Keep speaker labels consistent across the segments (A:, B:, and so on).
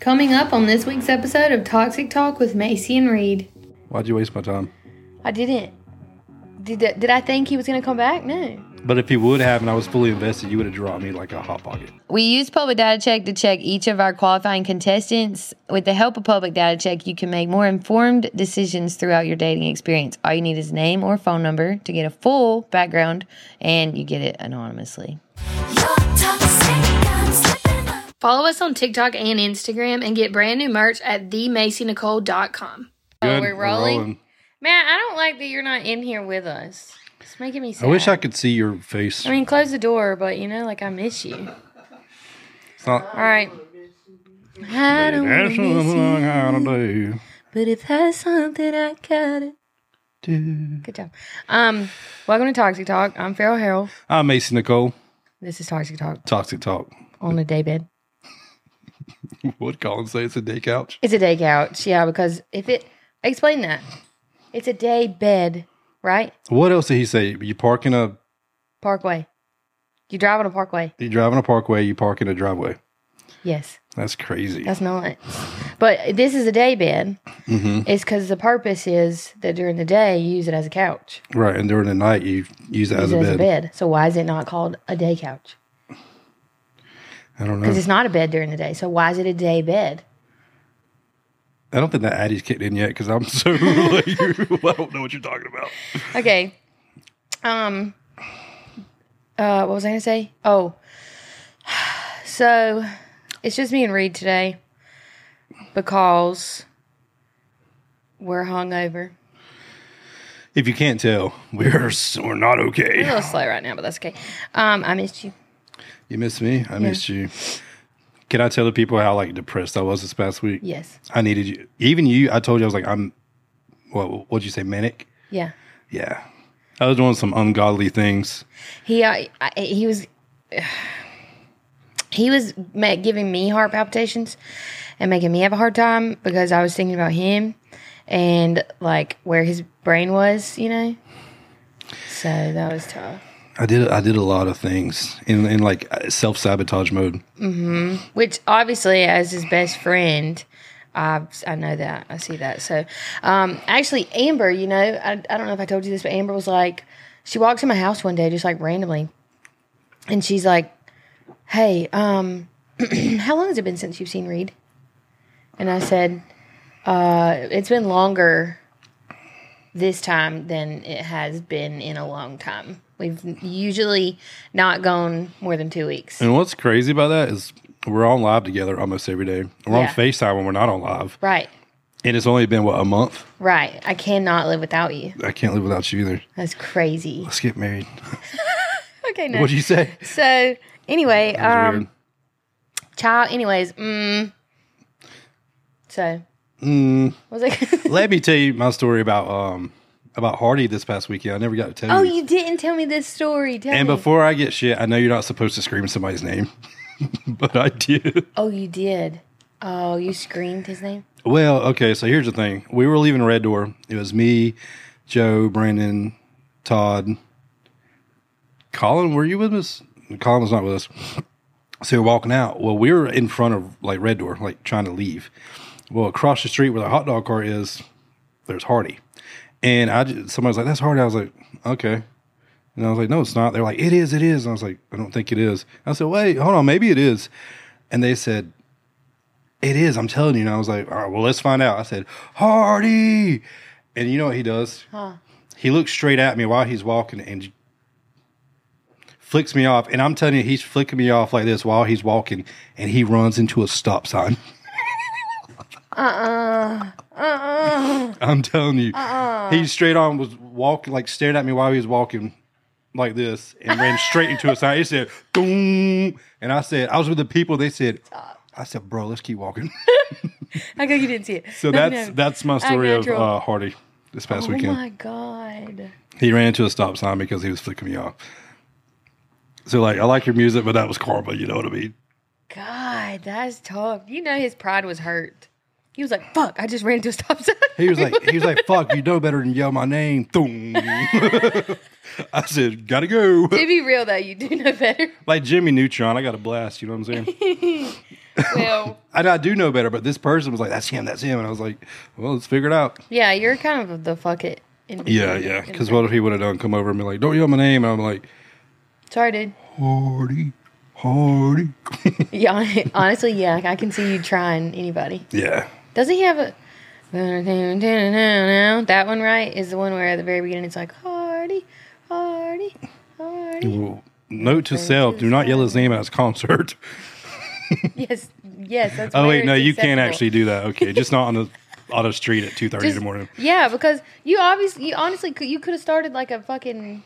A: Coming up on this week's episode of Toxic Talk with Macy and Reed.
B: Why'd you waste my time?
A: I didn't. Did, that, did I think he was going to come back? No.
B: But if you would have and I was fully invested, you would have dropped me like a hot pocket.
A: We use Public Data Check to check each of our qualifying contestants. With the help of Public Data Check, you can make more informed decisions throughout your dating experience. All you need is name or phone number to get a full background, and you get it anonymously. Follow us on TikTok and Instagram and get brand new merch at themacynicole.com. Oh,
B: Good,
A: we're rolling. Man, I don't like that you're not in here with us. It's making me
B: I
A: sad.
B: wish I could see your face.
A: I mean, close the door, but you know, like I miss you.
B: It's not.
A: All right. I don't wanna miss
B: That's
A: you,
B: something I do.
A: but if that's something I gotta.
B: do.
A: Good job. Um, welcome to Toxic Talk. I'm Farrell Harrell.
B: I'm Macy Nicole.
A: This is Toxic Talk
B: Toxic Talk.
A: on a day bed.
B: Would Colin say it's a day couch?
A: It's a day couch, yeah. Because if it explain that, it's a day bed, right?
B: What else did he say? You park in a,
A: Parkway. You drive on a parkway.
B: you drive in a parkway, you park in a driveway.
A: Yes,
B: That's crazy.
A: that's not. But this is a day bed.
B: hmm
A: It's because the purpose is that during the day you use it as a couch,
B: Right. And during the night, you use it
A: use
B: as
A: it
B: a
A: as a
B: bed.
A: bed. So why is it not called a day couch?
B: I don't
A: Because
B: know.
A: it's not a bed during the day. So why is it a day bed?
B: I don't think that Addie's kicked in yet because I'm so like, I don't know what you're talking about.
A: Okay. Um. Uh, what was I gonna say? Oh. So, it's just me and Reed today because we're hungover.
B: If you can't tell, we're s- we're not
A: We're a
B: okay.
A: little slow right now, but that's okay. Um, I missed you.
B: You missed me. I missed you. Can I tell the people how like depressed I was this past week?
A: Yes.
B: I needed you. Even you, I told you I was like, I'm. What would you say, manic?
A: Yeah.
B: Yeah, I was doing some ungodly things.
A: He uh, I, he was he was ma- giving me heart palpitations and making me have a hard time because I was thinking about him and like where his brain was, you know. So that was tough.
B: I did. I did a lot of things in in like self sabotage mode.
A: Which obviously, as his best friend, I I know that I see that. So, um, actually, Amber, you know, I, I don't know if I told you this, but Amber was like, she walks in my house one day just like randomly, and she's like, "Hey, um, how long has it been since you've seen Reed?" And I said, uh, "It's been longer this time than it has been in a long time. We've usually not gone more than two weeks."
B: And what's crazy about that is we're on live together almost every day. We're
A: Yeah.
B: on Facetime when we're not on live,
A: Right.
B: and it's only been what a month.
A: Right. I cannot live without you.
B: I can't live without you either.
A: That's crazy.
B: Let's get married.
A: Okay, no.
B: What'd you say?
A: so anyway,
B: That was
A: um
B: weird.
A: child anyways, mm. So
B: Mm,
A: was it
B: let me tell you my story about um about Hardy this past weekend. I never got to tell
A: Oh,
B: you.
A: you didn't tell me this story. Tell
B: And
A: me.
B: before I get shit, I know you're not supposed to scream somebody's name, but I did.
A: oh, you did. Oh, you screamed his name?
B: Well, okay, so here's the thing. We were leaving Red Door. It was me, Joe, Brandon, Todd, Colin. Were you with us? Colin was not with us. So we're walking out. Well, we were in front of like Red Door, like trying to leave. Well, across the street where the hot dog cart is, there's Hardy. And I just, somebody was like, that's Hardy. I was like, okay. And I was like, no, it's not. They're like, it is, it is. And I was like, I don't think it is. I said, wait, hold on, maybe it is. And they said, it is, I'm telling you. And I was like, all right, well, let's find out. I said, Hardy. And you know what he does?
A: Huh.
B: He looks straight at me while he's walking and flicks me off. And I'm telling you, he's flicking me off like this while he's walking and he runs into a stop sign.
A: Uh-uh.
B: I'm telling you. He straight on was walking, like staring at me while he was walking like this and ran straight into a sign. He said, Doom. And I said, I was with the people. They said, I said, bro, let's keep walking.
A: I go you didn't see it.
B: So that's that's my story of
A: natural.
B: uh, Hardy this past
A: Oh
B: weekend.
A: my god.
B: He ran into a stop sign because he was flicking me off. So like, I like your music, but that was karma. You know what I mean?
A: God, that's tough. You know his pride was hurt. He was like, "Fuck! I just ran to a stop sign."
B: He was like, he was like, "Fuck, you know better than yell my name." Thong. I said, "Gotta go."
A: to be real, though, you do know better.
B: Like Jimmy Neutron, I got a blast. You know what I'm saying?
A: Well,
B: and I do know better, but this person was like, "That's him, that's him," and I was like, "Well, let's figure it out."
A: yeah, you're kind of the fuck it. in between.
B: Yeah, yeah. Because what if he would have done come over and be like, "Don't yell my name," and I'm like,
A: sorry, dude.
B: "Hardy, Hardy."
A: Yeah, honestly, yeah, I can see you trying anybody.
B: yeah,
A: Doesn't he have a that one? Right is the one where at the very beginning it's like Hardy, Hardy, Hardy.
B: Well, note to self: do not yell his name at his concert.
A: Yes, yes. That's
B: Oh
A: where
B: wait,
A: it's
B: no, you can't
A: acceptable.
B: actually do that. Okay, just not on the on the street at two thirty in the
A: Just-
B: morning.
A: Yeah, because you obviously, you honestly, could, you could have started like a fucking.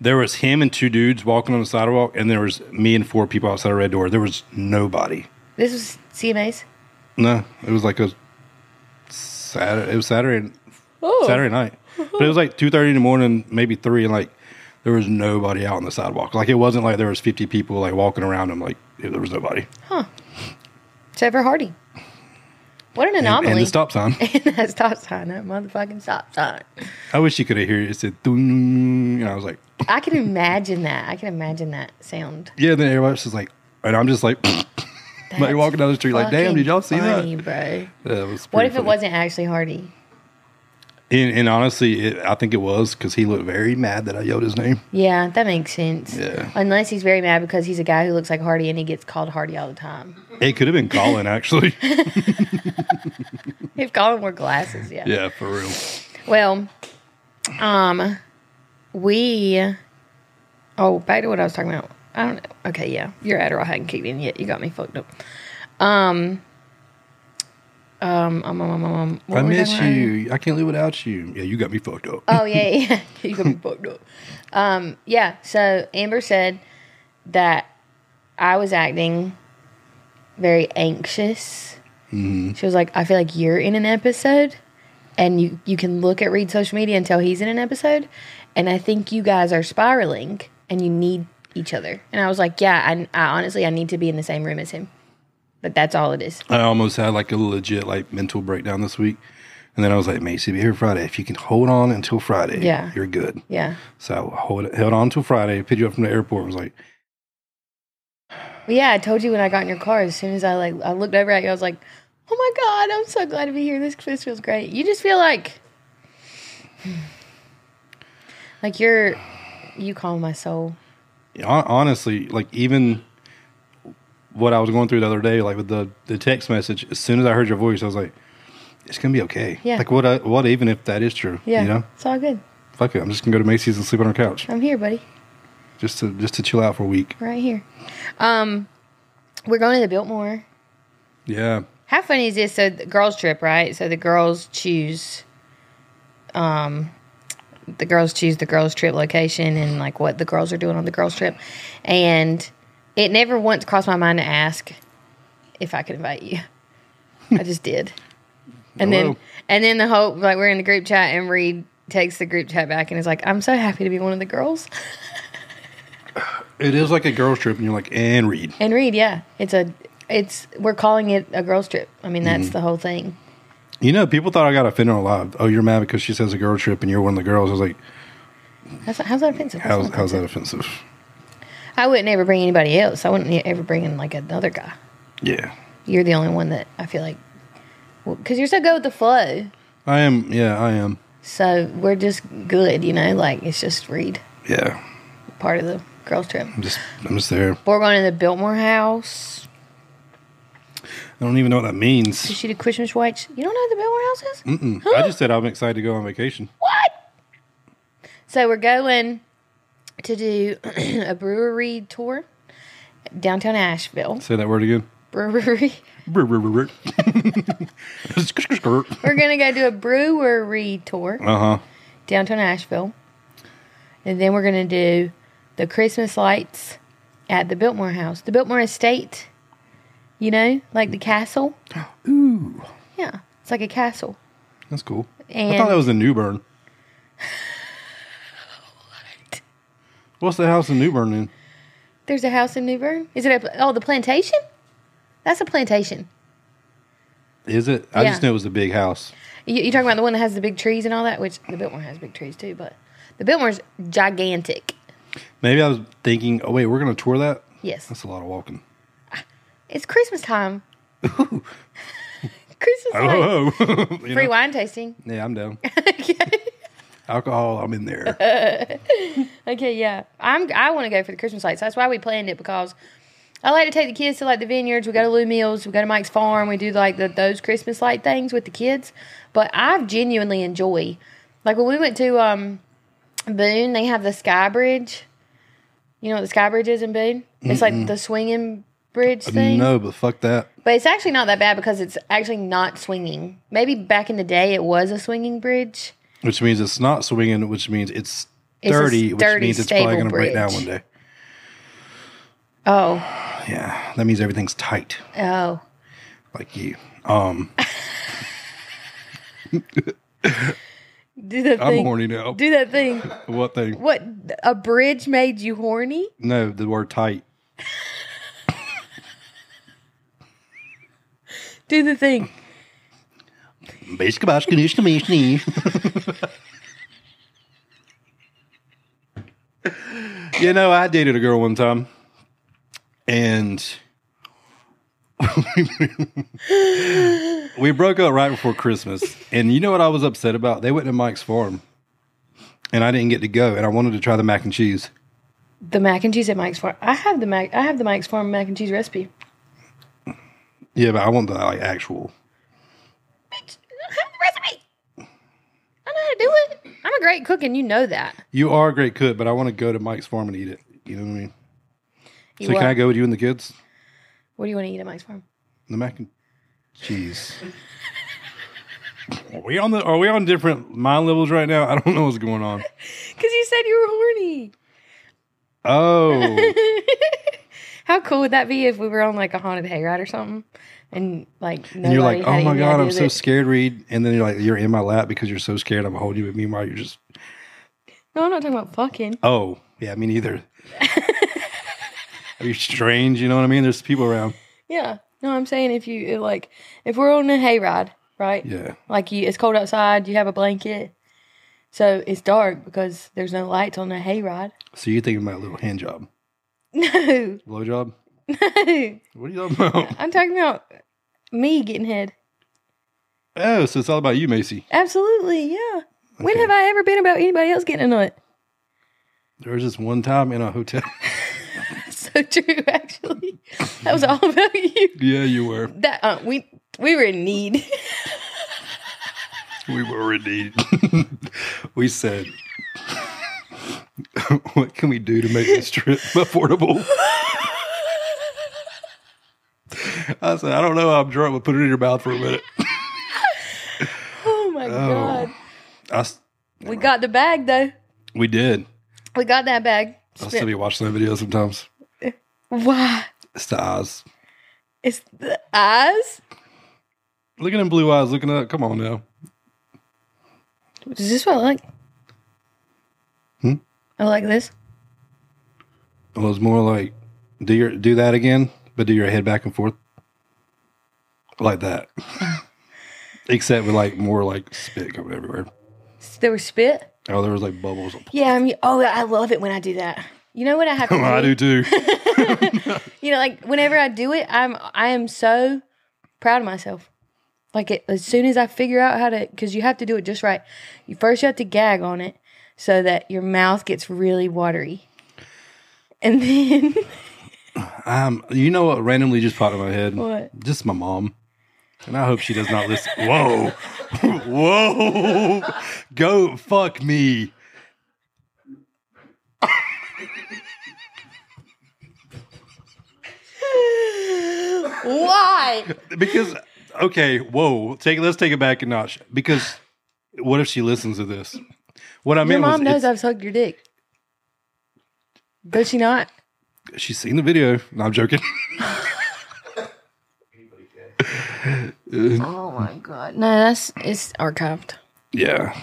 B: There was him and two dudes walking on the sidewalk, and there was me and four people outside a red door. There was nobody.
A: This was CMA's.
B: No, it was like a Saturday. It was Saturday,
A: Oh,
B: Saturday night, but it was like two thirty in the morning, maybe three, and like there was nobody out on the sidewalk. Like it wasn't like there was fifty people like walking around him. Like it- there was nobody.
A: except for Hardy. What an
B: And,
A: anomaly!
B: and the stop sign.
A: And that stop sign, that motherfucking stop sign.
B: I wish you could have heard it. It said, "Dun," and I was like,
A: I can imagine that. I can imagine that sound.
B: yeah. Then everybody was just like, and I'm just like, like
A: That's
B: walking down the street, like, damn,
A: fucking
B: did y'all see
A: funny,
B: that?
A: bro?
B: Yeah, it was
A: What
B: pretty
A: if it
B: funny.
A: wasn't actually Hardy?
B: And, and honestly, it, I think it was because he looked very mad that I yelled his name.
A: Yeah, that makes sense.
B: Yeah.
A: Unless he's very mad because he's a guy who looks like Hardy and he gets called Hardy all the time.
B: It could have been Colin, actually.
A: If Colin wore glasses, yeah.
B: yeah, for real.
A: Well, um, we. Oh, back to what I was talking about. I don't know. Okay, yeah, your Adderall hadn't kicked in yet. You got me fucked up. Um, um, um, um, um, um, what
B: I
A: were we
B: miss
A: talking about?
B: you. I can't live without you. Yeah, you got me fucked up.
A: Oh yeah, yeah. you gonna be fucked up. Um, yeah. So Amber said that I was acting very anxious. She was like, "I feel like you're in an episode, and you you can look at Reed's social media and tell he's in an episode, and I think you guys are spiraling, and you need each other." And I was like, "Yeah, I, I honestly I need to be in the same room as him." But that's all it is.
B: I almost had like a legit like mental breakdown this week. And then I was like, Macy, be here Friday. If you can hold on until Friday,
A: Yeah.
B: you're good.
A: Yeah.
B: So I hold, held on until Friday, picked you up from the airport. I was like,
A: Well, yeah, I told you when I got in your car. As soon as I like, I looked over at you. I was like, "Oh my god, I'm so glad to be here. This this feels great." You just feel like, like you're, you calm my soul.
B: hon- honestly, like even what I was going through the other day, like with the, the text message, as soon as I heard your voice, I was like, it's going to be okay.
A: Yeah.
B: Like what, I, what, even if that is true,
A: Yeah,
B: you know,
A: it's all good.
B: fuck it. I'm just gonna go to Macy's and sleep on her couch
A: I'm here, buddy,
B: just to, just to chill out for a week.
A: right here. Um, we're going to the Biltmore.
B: Yeah.
A: How funny is this? So, the girls' trip, right? So the girls choose, um, the girls choose the girls' trip location and like what the girls are doing on the girls' trip, and it never once crossed my mind to ask if I could invite you. I just did, and then
B: Hello.
A: and then the whole like we're in the group chat and Reed takes the group chat back and is like, "I'm so happy to be one of the girls."
B: It is like a girls trip and you're like, and read.
A: And Reed, yeah, it's a it's we're calling it a girls' trip. I mean,
B: Mm-hmm.
A: that's the whole thing.
B: You know, people thought I got offended a lot. Oh, you're mad because she says a girl trip and you're one of the girls. I was like,
A: That's, how's that offensive? That's
B: how's,
A: not
B: how's that offensive?
A: I wouldn't ever bring anybody else. I wouldn't e- ever bring in like another guy.
B: Yeah.
A: You're the only one that I feel like, because you're so good with the flow.
B: I am. Yeah, I am.
A: So we're just good, you know. Like it's just Reed,
B: Yeah.
A: part of the girls' trip.
B: I'm just, I'm just there.
A: We're going to the Biltmore House.
B: I don't even know what that
A: You
B: means.
A: should do Christmas lights. You don't know what the Biltmore House is?
B: Mm-mm. Hmm. I just said I'm excited to go on vacation.
A: What? So we're going to do a brewery tour downtown Asheville.
B: Say that word again.
A: Brewery.
B: uh huh.
A: We're gonna go do a brewery tour.
B: Uh-huh.
A: downtown Asheville. And then we're going to do the Christmas lights at the Biltmore House. The Biltmore Estate, you know, like the castle.
B: Ooh,
A: Yeah, it's like a castle.
B: that's cool. I
A: And-
B: thought that was in Newbern. What's the house in Newbern in?
A: There's a house in New Bern. Is it a, oh, the plantation? That's a plantation.
B: Is it? I just
A: Yeah.
B: knew it was a big house.
A: You, you talking about the one that has the big trees and all that, which the Biltmore has big trees too, but the Biltmore's gigantic.
B: Maybe I was thinking, oh wait, we're gonna tour that.
A: Yes,
B: That's a lot of walking.
A: it's Christmas time. Christmas time.
B: Oh,
A: Free
B: you know?
A: wine tasting.
B: yeah, I'm down. Alcohol, I'm in there.
A: Okay, yeah. I'm I want to go for the Christmas lights. That's why we planned it because I like to take the kids to like the vineyards. We go to Lou Mills. We go to Mike's Farm. We do like the, those Christmas light things with the kids. But I genuinely enjoy, like when we went to um, Boone, they have the Sky Bridge. You know what the Sky Bridge is in Boone? It's like the swinging bridge thing.
B: No, but fuck that.
A: But it's actually not that bad because it's actually not swinging. Maybe back in the day it was a swinging bridge.
B: Which means it's not swinging. Which means it's
A: It's a
B: dirty. which
A: sturdy,
B: means it's probably
A: stable
B: gonna break down one
A: bridge.
B: day.
A: Oh,
B: Yeah, that means everything's tight,
A: oh.
B: like you. Um,
A: Do that
B: I'm
A: thing.
B: horny now.
A: Do that thing.
B: What thing?
A: What a bridge made you horny?
B: No, the word tight.
A: Do the thing.
B: Basically, about condition to me, sneeze. You know, I dated a girl one time, and we broke up right before Christmas. And you know what I was upset about? They went to Mike's farm, and I didn't get to go. And I wanted to try the mac and cheese.
A: The mac and cheese at Mike's Farm. I have the mac. I have the Mike's Farm mac and cheese recipe.
B: Yeah, but I want the like actual.
A: Bitch, I have the recipe. I know how to do it. I'm a great cook, and you know that.
B: You are a great cook, but I want to go to Mike's farm and eat it. You know what I mean?
A: You
B: So
A: what?
B: can I go with you and the kids?
A: What do you want to eat at Mike's Farm?
B: The mac and cheese. are we on the? Are we on different mind levels right now? I don't know what's going on.
A: Because you said you were horny.
B: Oh,
A: How cool would that be if we were on like a haunted hayride or something, and like
B: and you're like,
A: nobody had
B: oh my
A: any
B: god, I'm
A: idea
B: so
A: that-
B: scared, Reed. And then you're like, you're in my lap because you're so scared. I'm holding you. But meanwhile, you're just,
A: No, I'm not talking about fucking.
B: oh yeah, me neither. Are you strange? You know what I mean? There's people around.
A: Yeah. No, I'm saying if you like, if we're on a hayride, right?
B: Yeah,
A: Like you, it's cold outside. You have a blanket, so it's dark because there's no lights on the hayride.
B: so you're thinking about a little hand job,
A: No,
B: blow job.
A: no,
B: What are you talking about?
A: I'm talking about me getting head.
B: Oh, so it's all about you, Macy.
A: Absolutely, yeah. When
B: Okay.
A: have I ever been about anybody else getting a nut?
B: There was this one time in a hotel.
A: So true, actually. That was all about you.
B: yeah, you were.
A: That uh, we we were in need.
B: We were indeed. we said, what can we do to make this trip affordable? I said, I don't know. I'm drunk, but put it in your mouth for a minute.
A: oh my god,
B: I s
A: we got the bag though.
B: we did.
A: We got that bag.
B: I'll still be watching that video sometimes.
A: Why?
B: It's the eyes.
A: It's the eyes.
B: Look at them blue eyes looking up. Come on now.
A: Does this what I like?
B: Hmm?
A: I like this.
B: It was more like, do your do that again, but do your head back and forth like that. Except with like more like spit coming everywhere.
A: There was spit.
B: Oh, there was like bubbles.
A: Yeah, I'm. Oh, I love it when I do that. You know what I have to do?
B: I do too.
A: You know, like whenever I do it, I'm I am so proud of myself. Like it, as soon as I figure out how to, because you have to do it just right. You first you have to gag on it so that your mouth gets really watery, and then
B: Um, you know what randomly just popped in my head?
A: What?
B: Just my mom. And I hope she does not listen. Whoa. Whoa. Go fuck me.
A: why?
B: Because okay, whoa. Take let's take it back a notch. Because what if she listens to this? What I
A: Your
B: meant was
A: mom knows
B: it's-
A: I've sucked your dick. Does she not?
B: she's seen the video. No, I'm joking.
A: Oh my god! No, that's it's archived.
B: yeah.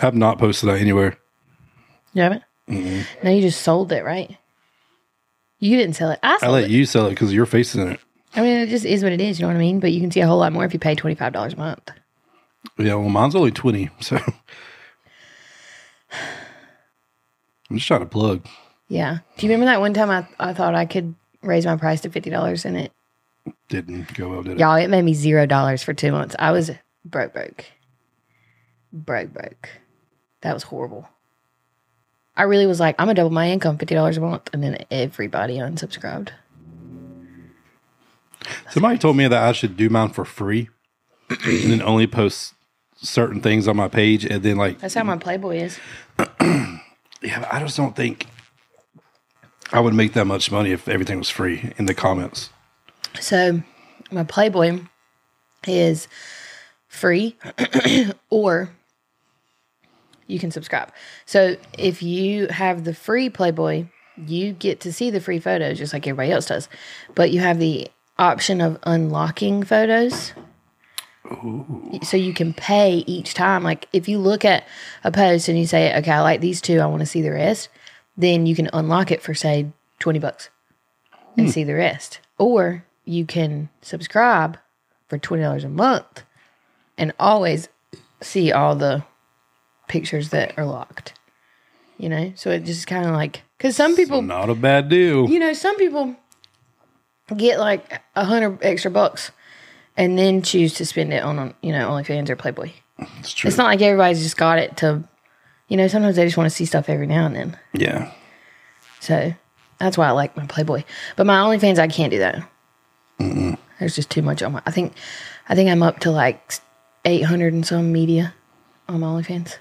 B: I've not posted that anywhere.
A: You haven't? No, you just sold it, right? You didn't sell it. I
B: I
A: sold it.
B: let you sell it because your face is in it.
A: I mean, it just is what it is. You know what I mean? But you can see a whole lot more if you pay twenty five dollars a month.
B: Yeah, well, mine's only 20, so I'm just trying to plug.
A: Yeah. Do you remember that one time I, I thought I could raise my price to fifty dollars and it
B: Didn't go well, did it?
A: y'all it made me zero dollars for two months. I was broke broke. Broke broke. That was horrible. I really was like, I'm gonna double my income fifty dollars a month and then everybody unsubscribed.
B: Somebody told me that I should do mine for free and then only post certain things on my page. And then, like,
A: That's how my Playboy is.
B: yeah, I just don't think I would make that much money if everything was free in the comments.
A: So my Playboy is free or you can subscribe. So if you have the free Playboy, you get to see the free photos just like everybody else does. But you have the option of unlocking photos. So you can pay each time. Like if you look at a post and you say, okay, I like these two, I want to see the rest, then you can unlock it for say 20 bucks and see the rest. Or you can subscribe for $20 a month and always see all the pictures that are locked. You know? So it just kind of like, because some people,
B: Not a bad deal.
A: you know, some people get like a hundred extra bucks and then choose to spend it on, you know, OnlyFans or Playboy.
B: It's true.
A: It's not like everybody's just got it to, you know, sometimes they just want to see stuff every now and then.
B: yeah.
A: So that's why I like my Playboy. But my OnlyFans, I can't do that. There's just too much on my. I think, I think I'm up to like 800 and some media on my OnlyFans.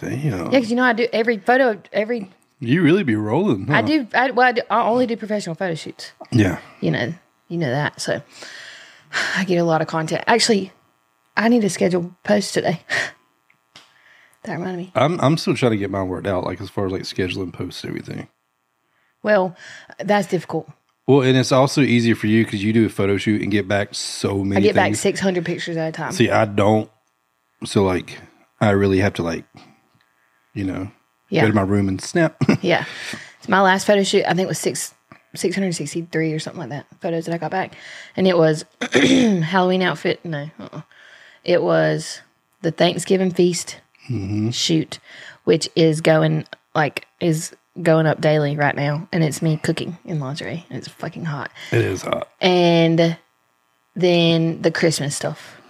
B: Damn.
A: Yeah, 'cause you know I do every photo, every
B: You really be rolling.
A: I
B: huh?
A: do. I, well, I, do, I only do professional photo shoots.
B: Yeah.
A: You know, you know that. So I get a lot of content. Actually, I need to schedule posts today. that reminded me.
B: I'm, I'm still trying to get mine worked out, like, as far as like scheduling posts and everything.
A: Well, that's difficult.
B: Well, and it's also easier for you because you do a photo shoot and get back so many
A: I get back
B: things.
A: 600 pictures at a time.
B: See, I don't. So like, I really have to like, you know,
A: Yeah.
B: go to my room and snap.
A: Yeah. It's my last photo shoot, I think it was six six hundred and sixty three or something like that. Photos that I got back. And it was Halloween outfit. No. Uh-uh. It was the Thanksgiving feast shoot, which is going like is going up daily right now. And it's me cooking in lingerie. And it's fucking hot.
B: it is hot.
A: And then the Christmas stuff.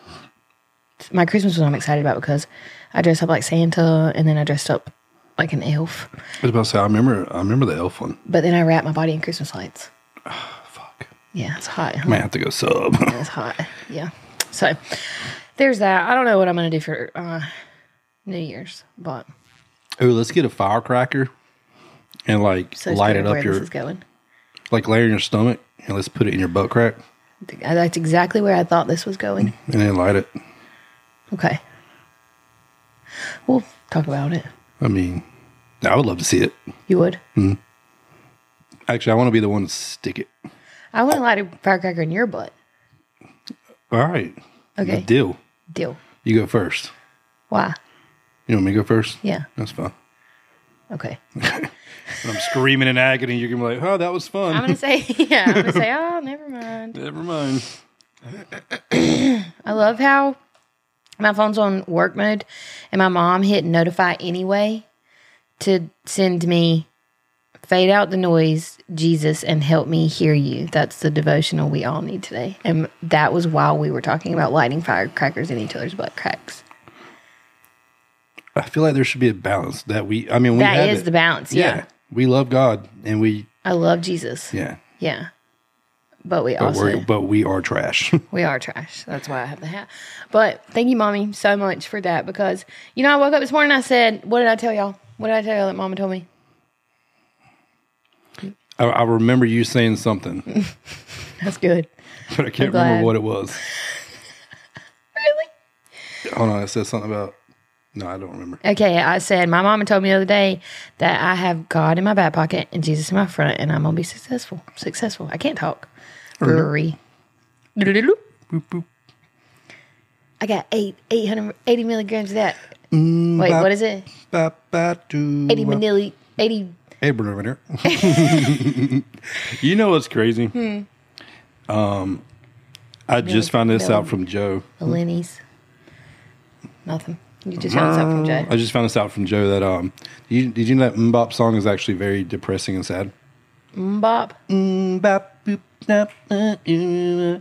A: My Christmas one I'm excited about because I dressed up like Santa and then I dressed up like an elf.
B: I was about to say, I remember, I remember the elf one.
A: But then I wrap my body in Christmas lights.
B: Fuck,
A: Yeah, it's hot.
B: I
A: Huh?
B: might have to go sub.
A: It's hot. Yeah. So there's that. I don't know what I'm gonna do for uh, New Year's, but
B: Ooh, let's get a firecracker and like
A: so
B: light
A: scared
B: it
A: of where
B: up your
A: this is going.
B: like lay it in your stomach and let's put it in your butt crack
A: That's exactly where I thought this was going.
B: and then light it.
A: Okay. We'll talk about it.
B: I mean, I would love to see it.
A: You would.
B: Mm. Actually, I want to be the one to stick it.
A: I want to light a firecracker in your butt.
B: All right.
A: Okay.
B: Deal.
A: Deal.
B: You go first.
A: Why?
B: You want me to go first?
A: Yeah.
B: That's fine.
A: Okay.
B: When I'm screaming in agony, you're gonna be like, "Oh, that was fun."
A: I'm gonna say yeah. I'm gonna say oh, never mind.
B: Never mind.
A: I love how my phone's on work mode and my mom hit notify anyway to send me fade out the noise, Jesus, and help me hear you. That's the devotional we all need today. And that was while we were talking about lighting firecrackers in each other's butt cracks.
B: I feel like there should be a balance that we. I mean, we
A: That
B: have
A: is
B: it.
A: the balance. Yeah.
B: we love God and we.
A: I love Jesus. Yeah.
B: Yeah,
A: But we
B: but
A: also
B: we're but we are trash.
A: We are trash. That's why I have the hat. But thank you, mommy, so much for that because you know I woke up this morning. I said, "What did I tell y'all? What did I tell y'all that mama told me?"
B: I, I remember you saying something,
A: That's good.
B: but I can't
A: glad.
B: remember what it was.
A: Really?
B: Hold on, it says something about. No, I don't remember.
A: Okay. I said my mama told me the other day that I have God in my back pocket and Jesus in my front, and I'm gonna be successful. Successful. I can't talk. Brewery. Doodle-doodle. I got eight eight hundred eighty milligrams of that. Wait,
B: bop.
A: what is it?
B: Ba, ba, do,
A: Eighty
B: ba.
A: manili eighty. Hmm.
B: Hey, Bruno, right here. you know what's crazy? Um, I just found this
A: no.
B: out from Joe.
A: The Lenny's. Nothing. You just found something from Jay.
B: I just found this out from Joe that um, you, did you know that Mbop song is actually very depressing and sad? Mm.
A: Mbop.
B: Mbop, boop, dap, uh, ooh,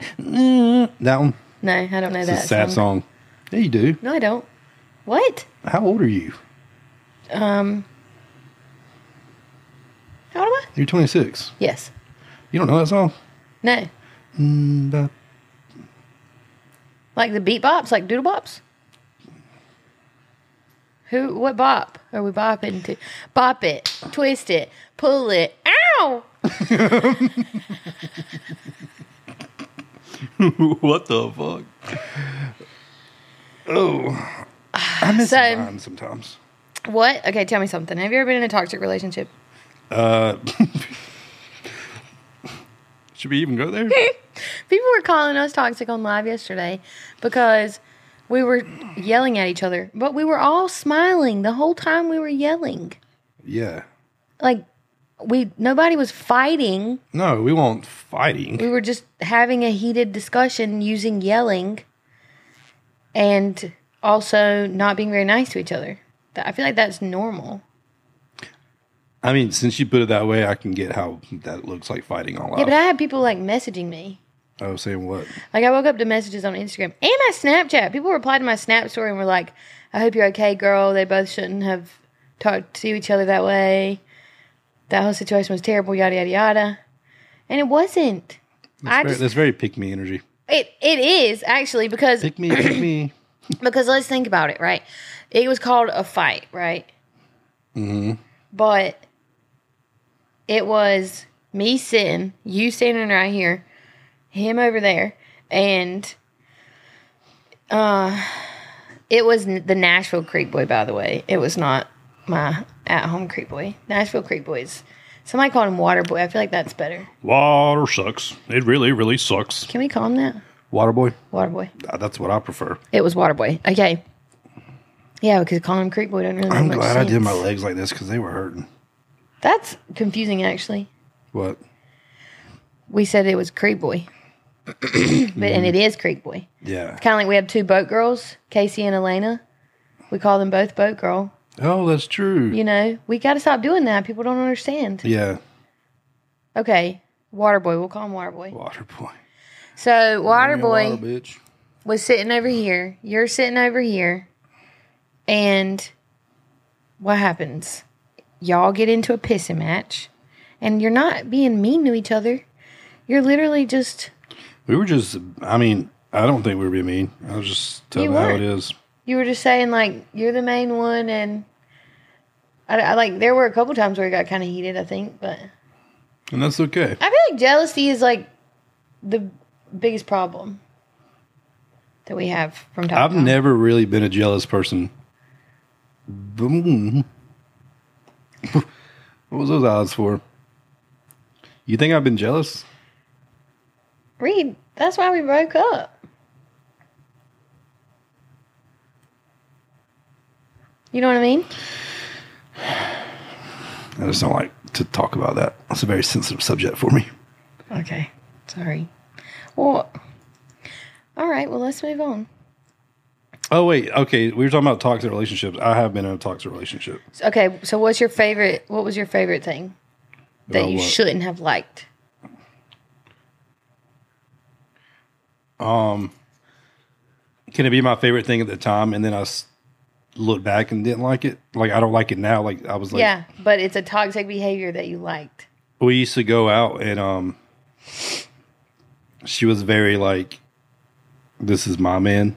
B: uh, That one.
A: No, I don't know
B: It's
A: that.
B: a sad song. Yeah, you do.
A: No, I don't. What?
B: How old are you?
A: How old am I?
B: You're 26.
A: Yes.
B: You don't know that song?
A: No.
B: Mbop.
A: Like the beat bops, like doodle bops? Who, what bop are we bopping to? Bop it, twist it, pull it. Ow!
B: what the fuck? Oh, I miss
A: So-
B: mine sometimes.
A: What? Okay, tell me something. Have you ever been in a toxic relationship?
B: Should we even go there?
A: People were calling us toxic on live yesterday because we were yelling at each other, but we were all smiling the whole time we were yelling.
B: yeah.
A: Like, we nobody was fighting.
B: No, we won't fighting.
A: We were just having a heated discussion using yelling and also not being very nice to each other. That- I feel like that's normal.
B: I mean, since you put it that way, I can get how that looks like fighting all
A: Yeah,
B: out.
A: but I had people like messaging me.
B: I was saying what?
A: Like I woke up to messages on Instagram and my Snapchat. People replied to my Snap story and were like, "I hope you're okay, girl. They both shouldn't have talked to each other that way. That whole situation was terrible. Yada yada yada." And it wasn't. I
B: Very-
A: just
B: that's very pick me energy.
A: it it is actually because
B: Pick me, pick me.
A: because let's think about it, right? It was called a fight, right? Mm-hmm. But it was me sitting, you standing right here, him over there, and uh, it was n- the Nashville Creek Boy. By the way, it was not my at-home Creek Boy. Nashville Creek Boys. Somebody called him Water Boy. I feel like that's better.
B: Water sucks. It really, really sucks.
A: Can we call him that?
B: Water boy.
A: Water Boy.
B: Uh, That's what I prefer.
A: It was Water Boy. Okay. Yeah, because calling him Creek Boy don't really. make
B: I'm
A: much
B: glad I did
A: sense.
B: my legs like this because they were hurting.
A: That's confusing, actually.
B: What?
A: We said it was Creek Boy, but and it is Creek Boy.
B: Yeah.
A: Kind of like we have two boat girls, Casey and Elena. We call them both boat girl.
B: Oh, that's true.
A: You know, we got to stop doing that. People don't understand.
B: yeah.
A: Okay, Water Boy. We'll call him Water Boy.
B: Water boy.
A: So Water
B: Yeah,
A: Boy
B: water, bitch.
A: was sitting over here. You're sitting over here, and what happens? Y'all get into a pissing match, and you're not being mean to each other. You're literally just
B: We were just, I mean, I don't think we were being mean. I was just telling how it
A: weren't.
B: is.
A: you were just saying like you're the main one and I, I like there were a couple times where it got kind of heated i think but
B: And that's okay.
A: i feel like jealousy is like the biggest problem that we have from time
B: I've
A: to time
B: never really been a jealous person. Boom. what was those odds for? You think I've been jealous?
A: reed that's why we broke up you know what i mean
B: I just don't like to talk about that. It's a very sensitive subject for me.
A: okay sorry well all right well let's move on
B: Oh wait, okay. We were talking about toxic relationships. I have been in a toxic relationship.
A: Okay, so what's your favorite? What was your favorite thing that
B: About
A: you
B: what?
A: shouldn't have liked?
B: Can it be my favorite thing at the time, and then I s- looked back and didn't like it? Like I don't like it now. Like I was like,
A: yeah, but it's a toxic behavior that you liked.
B: we used to go out and um she was very like this is my man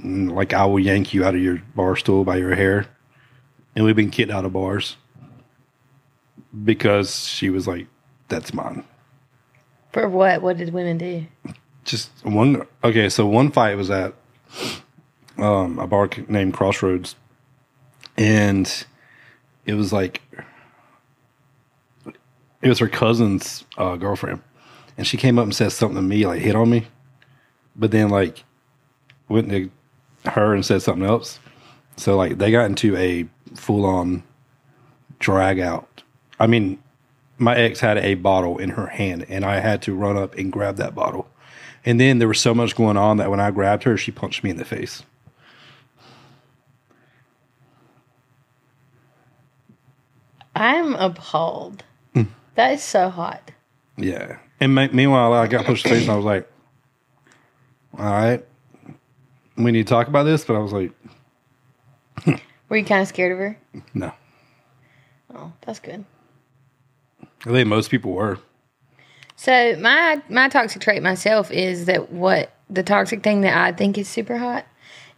B: And, like i will yank you out of your bar stool by your hair and we've been kicked out of bars because she was like that's mine
A: For what? What did women do?
B: just one okay so one fight was at um a bar named crossroads and it was like it was her cousin's uh, girlfriend and she came up and said something to me like hit on me but then like went to her and said something else so like they got into a full-on drag out i mean my ex had a bottle in her hand, and I had to run up and grab that bottle. And then there was so much going on that when I grabbed her, she punched me in the face.
A: I'm appalled.
B: Hmm.
A: that is so hot.
B: Yeah. And me- meanwhile, I got pushed in the face, and I was like, "All right, we need to talk about this." But I was like,
A: Were you kind of scared of her?
B: "No."
A: Oh, that's good.
B: I think most people were.
A: So my my toxic trait myself is that what the toxic thing that I think is super hot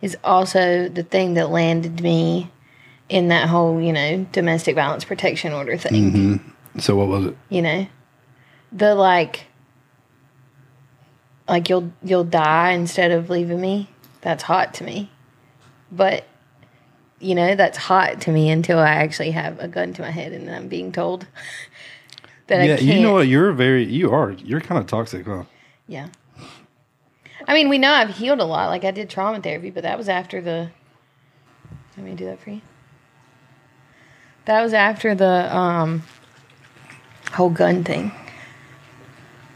A: is also the thing that landed me in that whole, you know, domestic violence protection order thing.
B: So what was it?
A: you know the like like you'll you'll die instead of leaving me that's hot to me but you know that's hot to me until i actually have a gun to my head and i'm being told that i
B: yeah,
A: can't
B: you know what? You're very, you are, you're kind of toxic, huh?
A: yeah i mean we know i've healed a lot like i did trauma therapy but that was after the let me do that for you that was after the um whole gun thing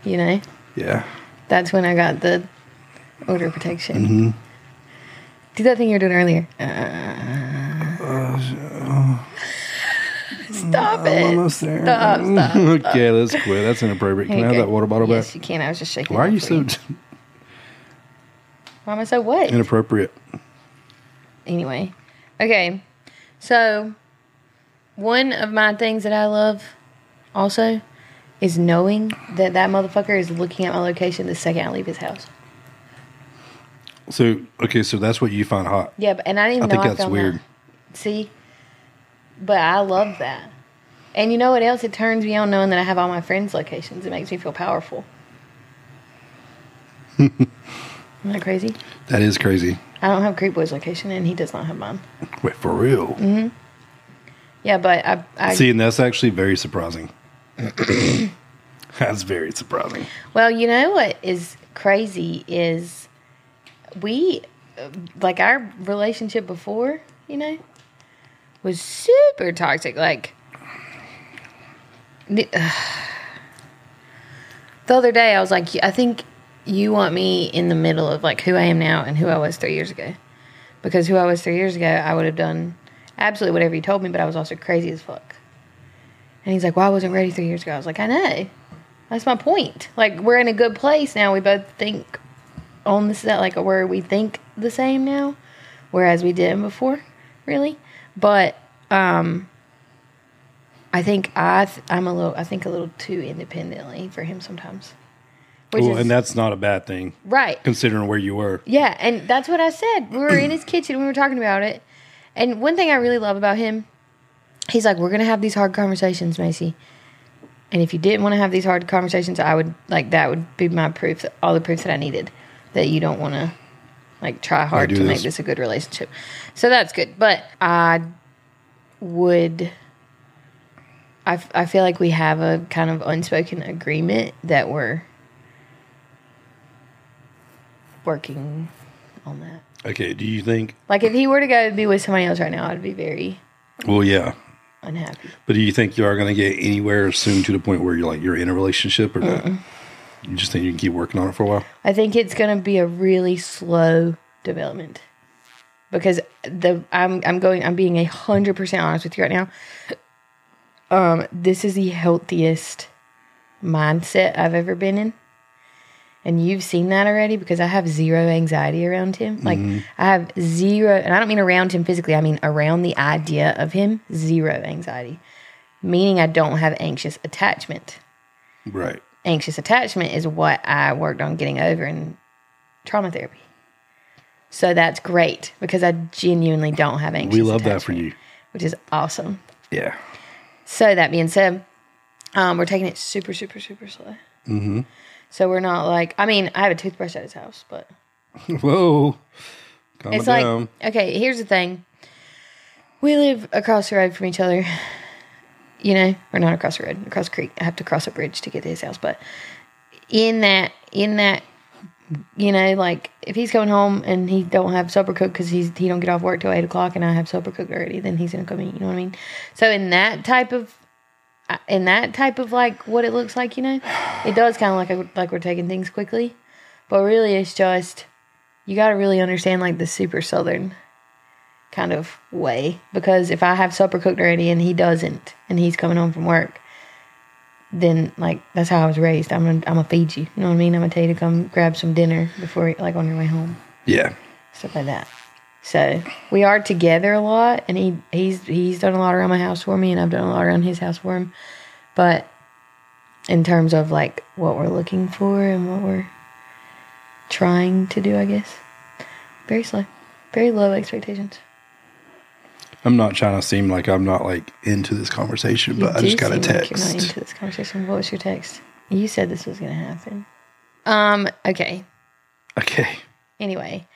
A: you know
B: Yeah.
A: That's when I got the odor protection.
B: Mm-hmm.
A: Do that thing you were doing earlier. Uh,
B: Uh,
A: Stop it.
B: Almost there.
A: Eh,
B: Mm.
A: Stop, stop.
B: okay, let's quit. That's inappropriate. Can
A: Here
B: I
A: you
B: have
A: go.
B: that water bottle
A: Yes,
B: back?
A: you can. I was just shaking.
B: Why are
A: it
B: you
A: for
B: so
A: Why am I so what?
B: inappropriate?
A: anyway, okay. So, one of my things that I love also is knowing that that motherfucker is looking at my location the second I leave his house.
B: So, okay, so that's what you find hot.
A: Yeah, but, and I didn't
B: I
A: even know
B: think
A: I
B: that's
A: found
B: weird.
A: That. See, but I love that. And you know what else? It turns me on knowing that I have all my friends' locations. It makes me feel powerful. Isn't that crazy?
B: That is crazy.
A: I don't have Creep Boy's location, and he does not have mine.
B: Wait, for real?
A: Yeah, but I, I
B: See, and that's actually very surprising. that's very surprising.
A: Well, you know what is crazy is we uh, like our relationship before, you know, was super toxic. Like the, the other day, I was like, I think you want me in the middle of like who I am now and who I was three years ago, because who I was three years ago, I would have done absolutely whatever you told me, but I was also crazy as fuck. And he's like, "Well, I wasn't ready three years ago." I was like, "I know." That's my point. Like we're in a good place now. We both think on the set like where we think the same now, whereas we didn't before, really. But um, I think I th- I'm a little I think a little too independently for him sometimes, which
B: Well,
A: is
B: and that's not a bad thing,
A: right.
B: considering where you were.
A: Yeah, and that's what I said. We were in his kitchen. We were talking about it. And one thing I really love about him, he's like, "We're gonna have these hard conversations, Macy. And if you didn't want to have these hard conversations, I would like that would be my proof, that, all the proof that I needed that you don't want to like try hard
B: do
A: to make
B: this.
A: this a good relationship. So that's good. But I would. I, f- I feel like we have a kind of unspoken agreement that we're working on that.
B: Okay, do you think?
A: Like if he were to go be with somebody else right now, I'd be very
B: Well, yeah.
A: unhappy.
B: But do you think you are going to get anywhere soon to the point where you're like you're in a relationship or not? You just think you can keep working on it for a while?
A: I think it's going to be a really slow development because the I'm I'm going I'm being a hundred percent honest with you right now. Um, this is the healthiest mindset I've ever been in, and you've seen that already because I have zero anxiety around him. Like I have zero, and I don't mean around him physically. I mean around the idea of him, zero anxiety, meaning I don't have anxious attachment
B: Right.
A: anxious attachment is what I worked on getting over in trauma therapy. So that's great because I genuinely don't have anxious.
B: We love that for
A: attachment,
B: you.
A: which is awesome.
B: Yeah.
A: So that being said, um, we're taking it super, super, super slow. Mm-hmm. So we're not like, I mean, I have a toothbrush at his house, but
B: Whoa. Calm
A: it's
B: it
A: like,
B: down.
A: okay, here's the thing. We live across the road from each other, you know, or not across the road, across the creek. I have to cross a bridge to get to his house, but in that, in that, you know, like if he's coming home and he don't have supper cooked because he's he don't get off work till eight o'clock, and I have supper cooked already, then he's gonna come eat. You know what I mean? So in that type of I- in that type of like what it looks like, you know, it does kind of like like we're taking things quickly, but really it's just you got to really understand like the super southern kind of way because if I have supper cooked already and he doesn't and he's coming home from work, then like that's how I was raised. I'm gonna, I'm gonna feed you. You know what I mean? I'm gonna tell you to come grab some dinner before like on your way home
B: Yeah.
A: stuff like that. So we are together a lot, and he he's he's done a lot around my house for me, and I've done a lot around his house for him. But in terms of like what we're looking for and what we're trying to do, I guess very slow, very low expectations.
B: I'm not trying to seem like I'm not like into this conversation, but I
A: do
B: just got a
A: seem like
B: text.
A: you're not into this conversation. What was your text? You said this was going to happen. Um. Okay.
B: okay.
A: anyway,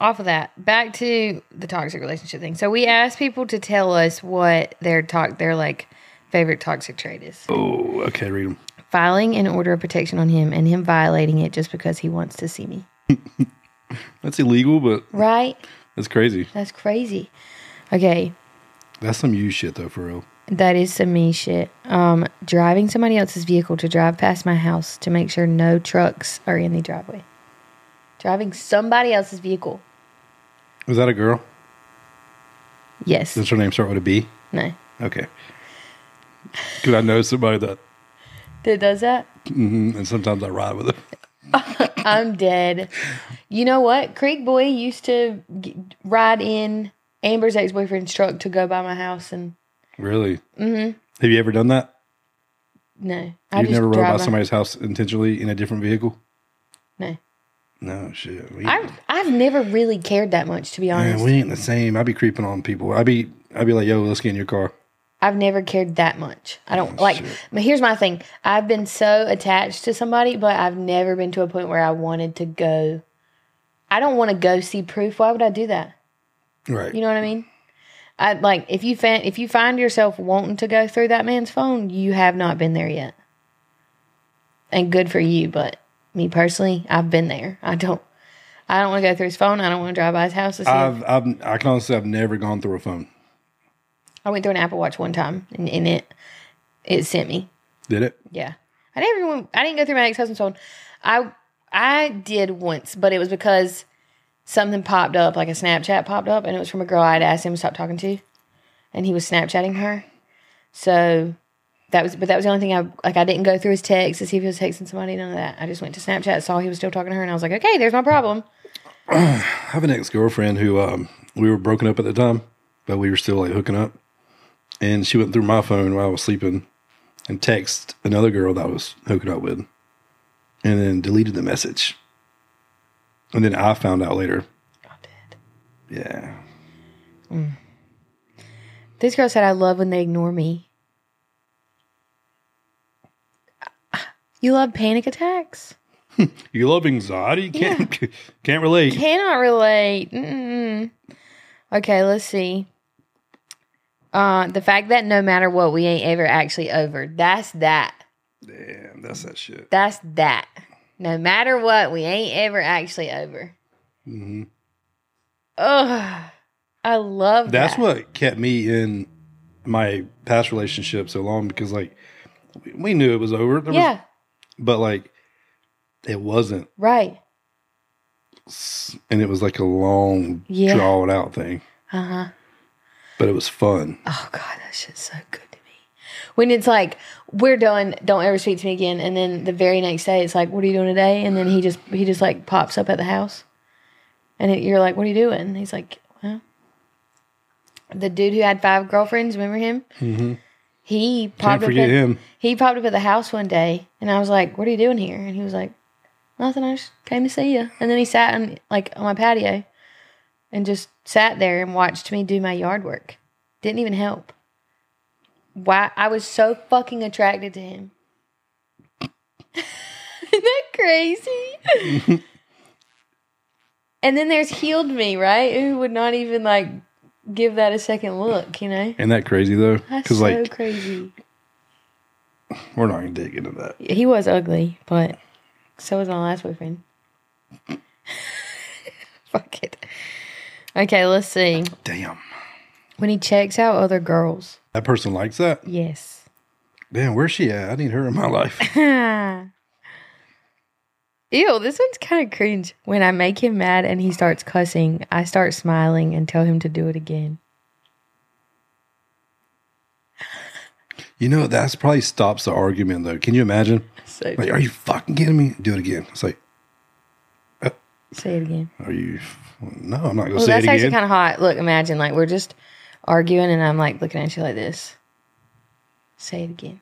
A: off of that, back to the toxic relationship thing. So we asked people to tell us what their talk their like favorite toxic trait is.
B: Oh, okay. Read them.
A: Filing an order of protection on him and him violating it just because he wants to see me.
B: That's illegal, but
A: Right?
B: that's crazy.
A: That's crazy. Okay.
B: That's some you shit though, for real.
A: That is some me shit. Um, driving somebody else's vehicle to drive past my house to make sure no trucks are in the driveway. Driving somebody else's vehicle.
B: Was that a girl?
A: Yes.
B: Does her name start with a B?
A: No.
B: Okay. Because I know somebody that,
A: That does that?
B: mhm, and sometimes I ride with them.
A: I'm dead. You know what? Creek Boy used to g- ride in Amber's ex boyfriend's truck to go by my house, and
B: Really? Mm-hmm. Have you ever done that?
A: no,
B: You've never rode by
A: my-
B: somebody's house intentionally in a different vehicle?
A: No,
B: No shit. We,
A: I I've never really cared that much to be
B: man,
A: honest.
B: we ain't the same. I'd be creeping on people. I'd be I'd be like, yo, let's get in your car.
A: I've never cared that much. I don't like.
B: Oh, shit.
A: but Here's my thing. I've been so attached to somebody, but I've never been to a point where I wanted to go. I don't want to go see proof. Why would I do that?
B: Right.
A: You know what I mean? I like if you fan, if you find yourself wanting to go through that man's phone, you have not been there yet. And good for you, but me personally, I've been there. I don't I don't want to go through his phone. I don't want to drive by his house to see. him.
B: I've, I've I can honestly say I've never gone through a phone.
A: I went through an Apple Watch one time and, and it it sent me.
B: Did it?
A: Yeah. I never even I didn't go through my ex husband's phone. I I did once, but it was because something popped up, like a Snapchat popped up, and it was from a girl I'd asked him to stop talking to. And he was Snapchatting her. So that was but that was the only thing I like I didn't go through his text to see if he was texting somebody, none of that. I just went to Snapchat, saw he was still talking to her, and I was like, Okay, there's my problem.
B: I have an ex girlfriend who um, we were broken up at the time, but we were still like hooking up. And she went through my phone while I was sleeping and text another girl that I was hooking up with and then deleted the message. And then I found out later.
A: God, Dad.
B: Yeah.
A: This girl said I love when they ignore me. You love panic attacks?
B: You love anxiety? Can't can't relate.
A: Cannot relate. Mm-mm. Okay, let's see. Uh, the fact that no matter what, we ain't ever actually over. That's that.
B: Damn, that's that shit.
A: That's that. No matter what, we ain't ever actually over.
B: hmm
A: Ugh, I love
B: That's
A: that.
B: what kept me in my past relationship so long because like we- we knew it was over. There was-
A: Yeah,
B: but like it wasn't.
A: right.
B: s- and it was like a long
A: Yeah.
B: drawn out thing
A: Uh huh.
B: but it was fun
A: Oh god, that shit's so good to me. When it's like we're done, don't ever speak to me again, and then the very next day it's like, what are you doing today? And then he just he just like pops up at the house, and it, you're like, what are you doing? And he's like, well, the dude who had five girlfriends, remember him? He
B: Mm-hmm. can't
A: popped up.
B: forget
A: At,
B: him
A: He popped up at the house one day, and I was like, what are you doing here? And he was like, nothing. I just came to see you. And then he sat on like on my patio, and just sat there and watched me do my yard work. Didn't even help. Why I was so fucking attracted to him. Isn't that crazy? and then there's healed me, right? Who would not even like give that a second look, you know?
B: ain't that crazy though
A: That's
B: because
A: so
B: like
A: crazy.
B: we're not gonna dig into that
A: He was ugly, but so was my last boyfriend. Fuck it. Okay, let's see.
B: damn
A: When he checks out other girls.
B: that person likes that
A: Yes.
B: Damn, where's she at? I need her in my life.
A: Ew, this one's kind of cringe. When I make him mad and he starts cussing, I start smiling and tell him to do it again.
B: You know, that's probably stops the argument though. Can you imagine?
A: So
B: Like, are you fucking kidding me? Do it again. It's like,
A: say it again.
B: are you? No, I'm not gonna
A: Well,
B: say
A: that's
B: it
A: actually
B: again.
A: kind of hot. Look, imagine like we're just arguing and I'm like looking at you like this. Say it again.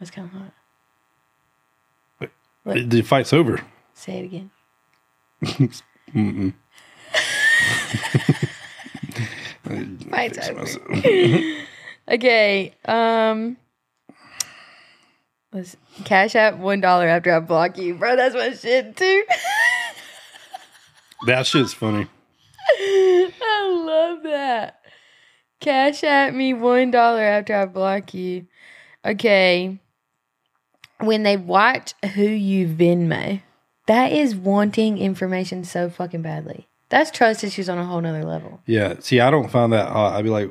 A: That's kind of hot.
B: The- the fight's over.
A: Say it again. Fight's
B: Fix
A: over.
B: myself.
A: Okay. Um. Let's cash app one dollar after I block you, bro. That's my shit too.
B: That shit's funny.
A: I love that. Cash at me one dollar after I block you. Okay. When they watch who you Venmo, that is wanting information so fucking badly. That's trust issues on a whole nother level.
B: Yeah. See, I don't find that hot. I'd be like,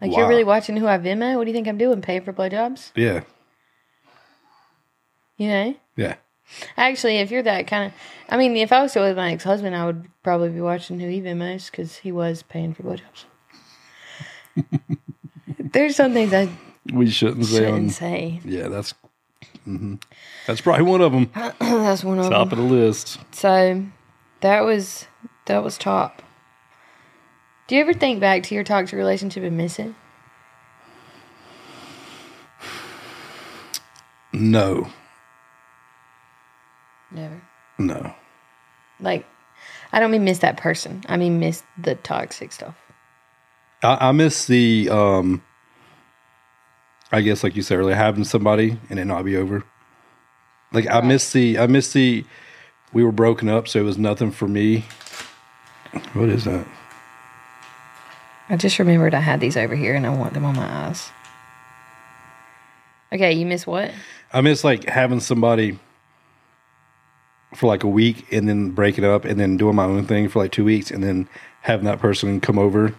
A: Like
B: Wow.
A: you're really watching who I Venmo. What do you think I'm doing? Paying for blowjobs?
B: yeah,
A: You know.
B: yeah.
A: Actually, if you're that kind of, I mean, if I was still with my ex husband, I would probably be watching who he Venmos because he was paying for blowjobs. There's some things I
B: We shouldn't say on.
A: shouldn't say.
B: Yeah, that's. hmm That's probably one of them.
A: That's one of
B: Top
A: them.
B: of the list.
A: So that was that was top. Do you ever think back to your toxic relationship and miss it?
B: No,
A: Never.
B: no.
A: Like, I don't mean miss that person. I mean miss the toxic stuff.
B: I, I miss the. um I guess, like you said earlier, having somebody and it not be over. Like I miss the. I miss the. We were broken up, so it was nothing for me. What is that?
A: I just remembered I had these over here and I want them on my eyes. Okay, you miss what?
B: I miss like having somebody for like a week and then breaking up and then doing my own thing for like two weeks and then having that person come over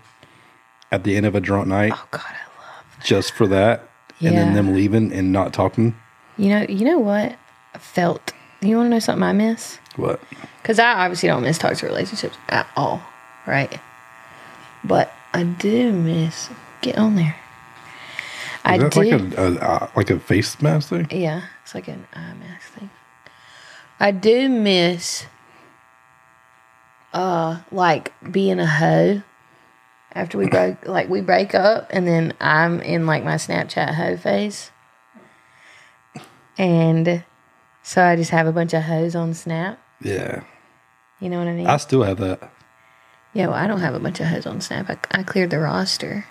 B: at the end of a drunk night
A: Oh God, I love.
B: just for that and
A: Yeah.
B: then them leaving and not talking.
A: You know, you know what? I felt. You want to know something I miss?
B: What?
A: Because I obviously don't miss toxic relationships at all, right? But I do miss. Get on there. I
B: Is that
A: do.
B: like a, a, a like a face mask thing?
A: yeah, it's like an eye mask thing. I do miss, uh, like being a hoe. After we break, like we break up, and then I'm in like my Snapchat hoe phase, and so I just have a bunch of hoes on Snap.
B: Yeah.
A: You know what I mean?
B: I still have that.
A: yeah, well, I don't have a bunch of hoes on Snap. I, I cleared the roster.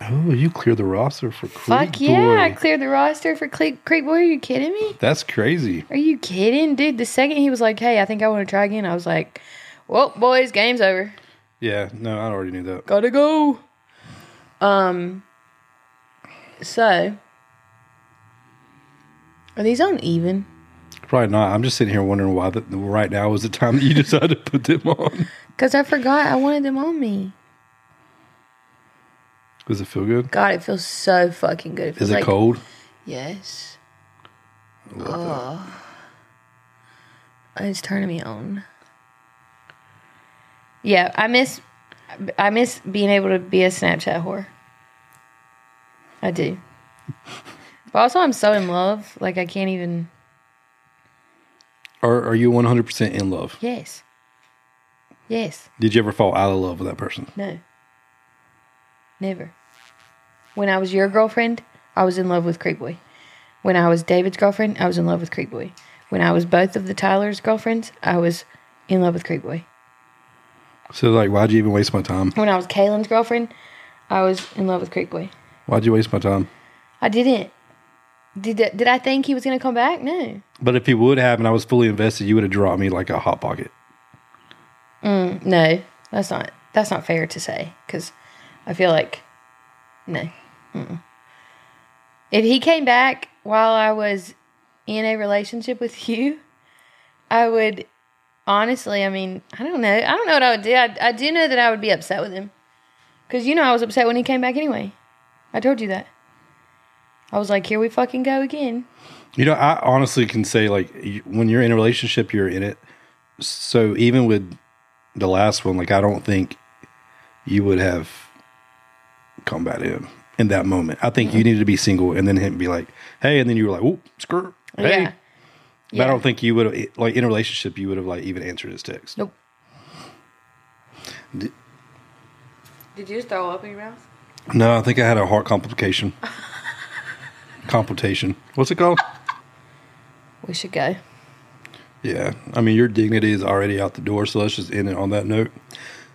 B: Oh, you cleared the roster for Creek
A: Fuck yeah, I
B: Boy.
A: cleared the roster for Creek, Creek Boy. Are you kidding me?
B: That's crazy.
A: Are you kidding, dude? The second he was like, "Hey, I think I want to try again," I was like, "Well, boys, game's over.
B: Yeah. No, I already knew that.
A: Gotta go." Um. So, are these on even?
B: Probably not. I'm just sitting here wondering why the, right now was the time that you decided to put them on.
A: Cause I forgot I wanted them on me.
B: Does it feel good?
A: God, it feels so fucking good. It feels
B: Is it
A: like,
B: cold?
A: Yes. Oh. It's turning me on. Yeah, I miss I miss being able to be a Snapchat whore. I do. But also I'm so in love, like I can't even
B: Are are you one hundred percent in love?
A: Yes. Yes.
B: Did you ever fall out of love with that person?
A: No. Never. When I was your girlfriend, I was in love with Creek Boy. When I was David's girlfriend, I was in love with Creek Boy. When I was both of the Tyler's girlfriends, I was in love with Creek Boy.
B: So like, why'd you even waste my time?
A: When I was Kaylin's girlfriend, I was in love with Creek Boy.
B: Why'd you waste my time?
A: I didn't. Did that, did I think he was going to come back? No.
B: But if he would have, and I was fully invested, you would have dropped me like a hot pocket.
A: No, that's not that's not fair to say because I feel like no. Mm-mm. If he came back while I was in a relationship with you, I would honestly. I mean, I don't know. I don't know what I would do. I, I do know that I would be upset with him because you know I was upset when he came back anyway. I told you that. I was like, here we fucking go again.
B: You know, I honestly can say like y- when you're in a relationship, you're in it. So even with the last one, like I don't think you would have combated him in that moment. I think
A: Mm-hmm.
B: you needed to be single and then him be like, hey, and then you were like, oh, skirt, hey.
A: Yeah.
B: But I don't think you would have like in a relationship you would have like even answered his text.
A: Nope.
B: D-
A: Did you just throw up in your mouth?
B: No, I think I had a heart complication. Computation. What's it called?
A: We should go.
B: Yeah. I mean, your dignity is already out the door, so let's just end it on that note.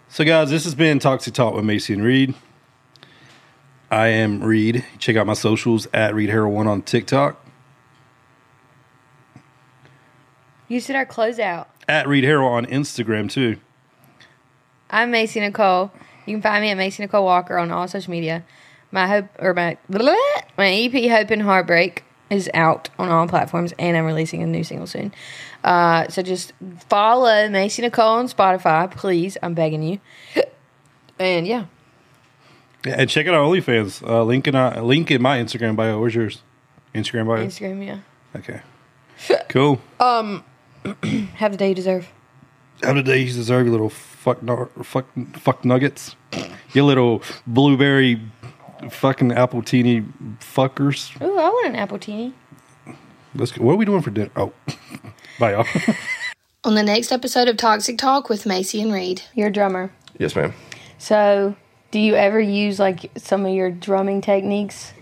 B: So, guys, this has been Toxic Talk with Macy and Reed. I am Reed. Check out my socials at Reed Harrell One on TikTok,
A: You said our closeout.
B: at Reed Harrell on Instagram, too.
A: I'm Macy Nicole. You can find me at Macy Nicole Walker on all social media. My hope or my my EP Hope and Heartbreak is out on all platforms, and I'm releasing a new single soon. Uh, so just follow Macy Nicole on Spotify, please. I'm begging you. And yeah,
B: And check out our OnlyFans. Uh, link, in our, link in my Instagram bio. Where's yours? Instagram bio?
A: Instagram, yeah.
B: Okay. Cool.
A: Have the day you deserve.
B: How did they deserve your little fuck, nu- fuck, fuck nuggets? Your little blueberry fucking apple teeny fuckers.
A: Ooh, I want an apple teeny.
B: Let's go. What are we doing for dinner? Oh, bye, y'all.
C: On the next episode of Toxic Talk with Macy and Reed.
A: You're a drummer.
D: Yes, ma'am.
A: So, do you ever use like some of your drumming techniques?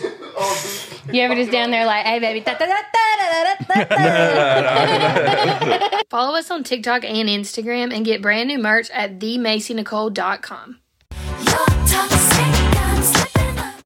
A: You ever just down there like, hey baby, da da da da da da da.
C: Follow us on TikTok and Instagram and get brand new merch at themacynicole.com.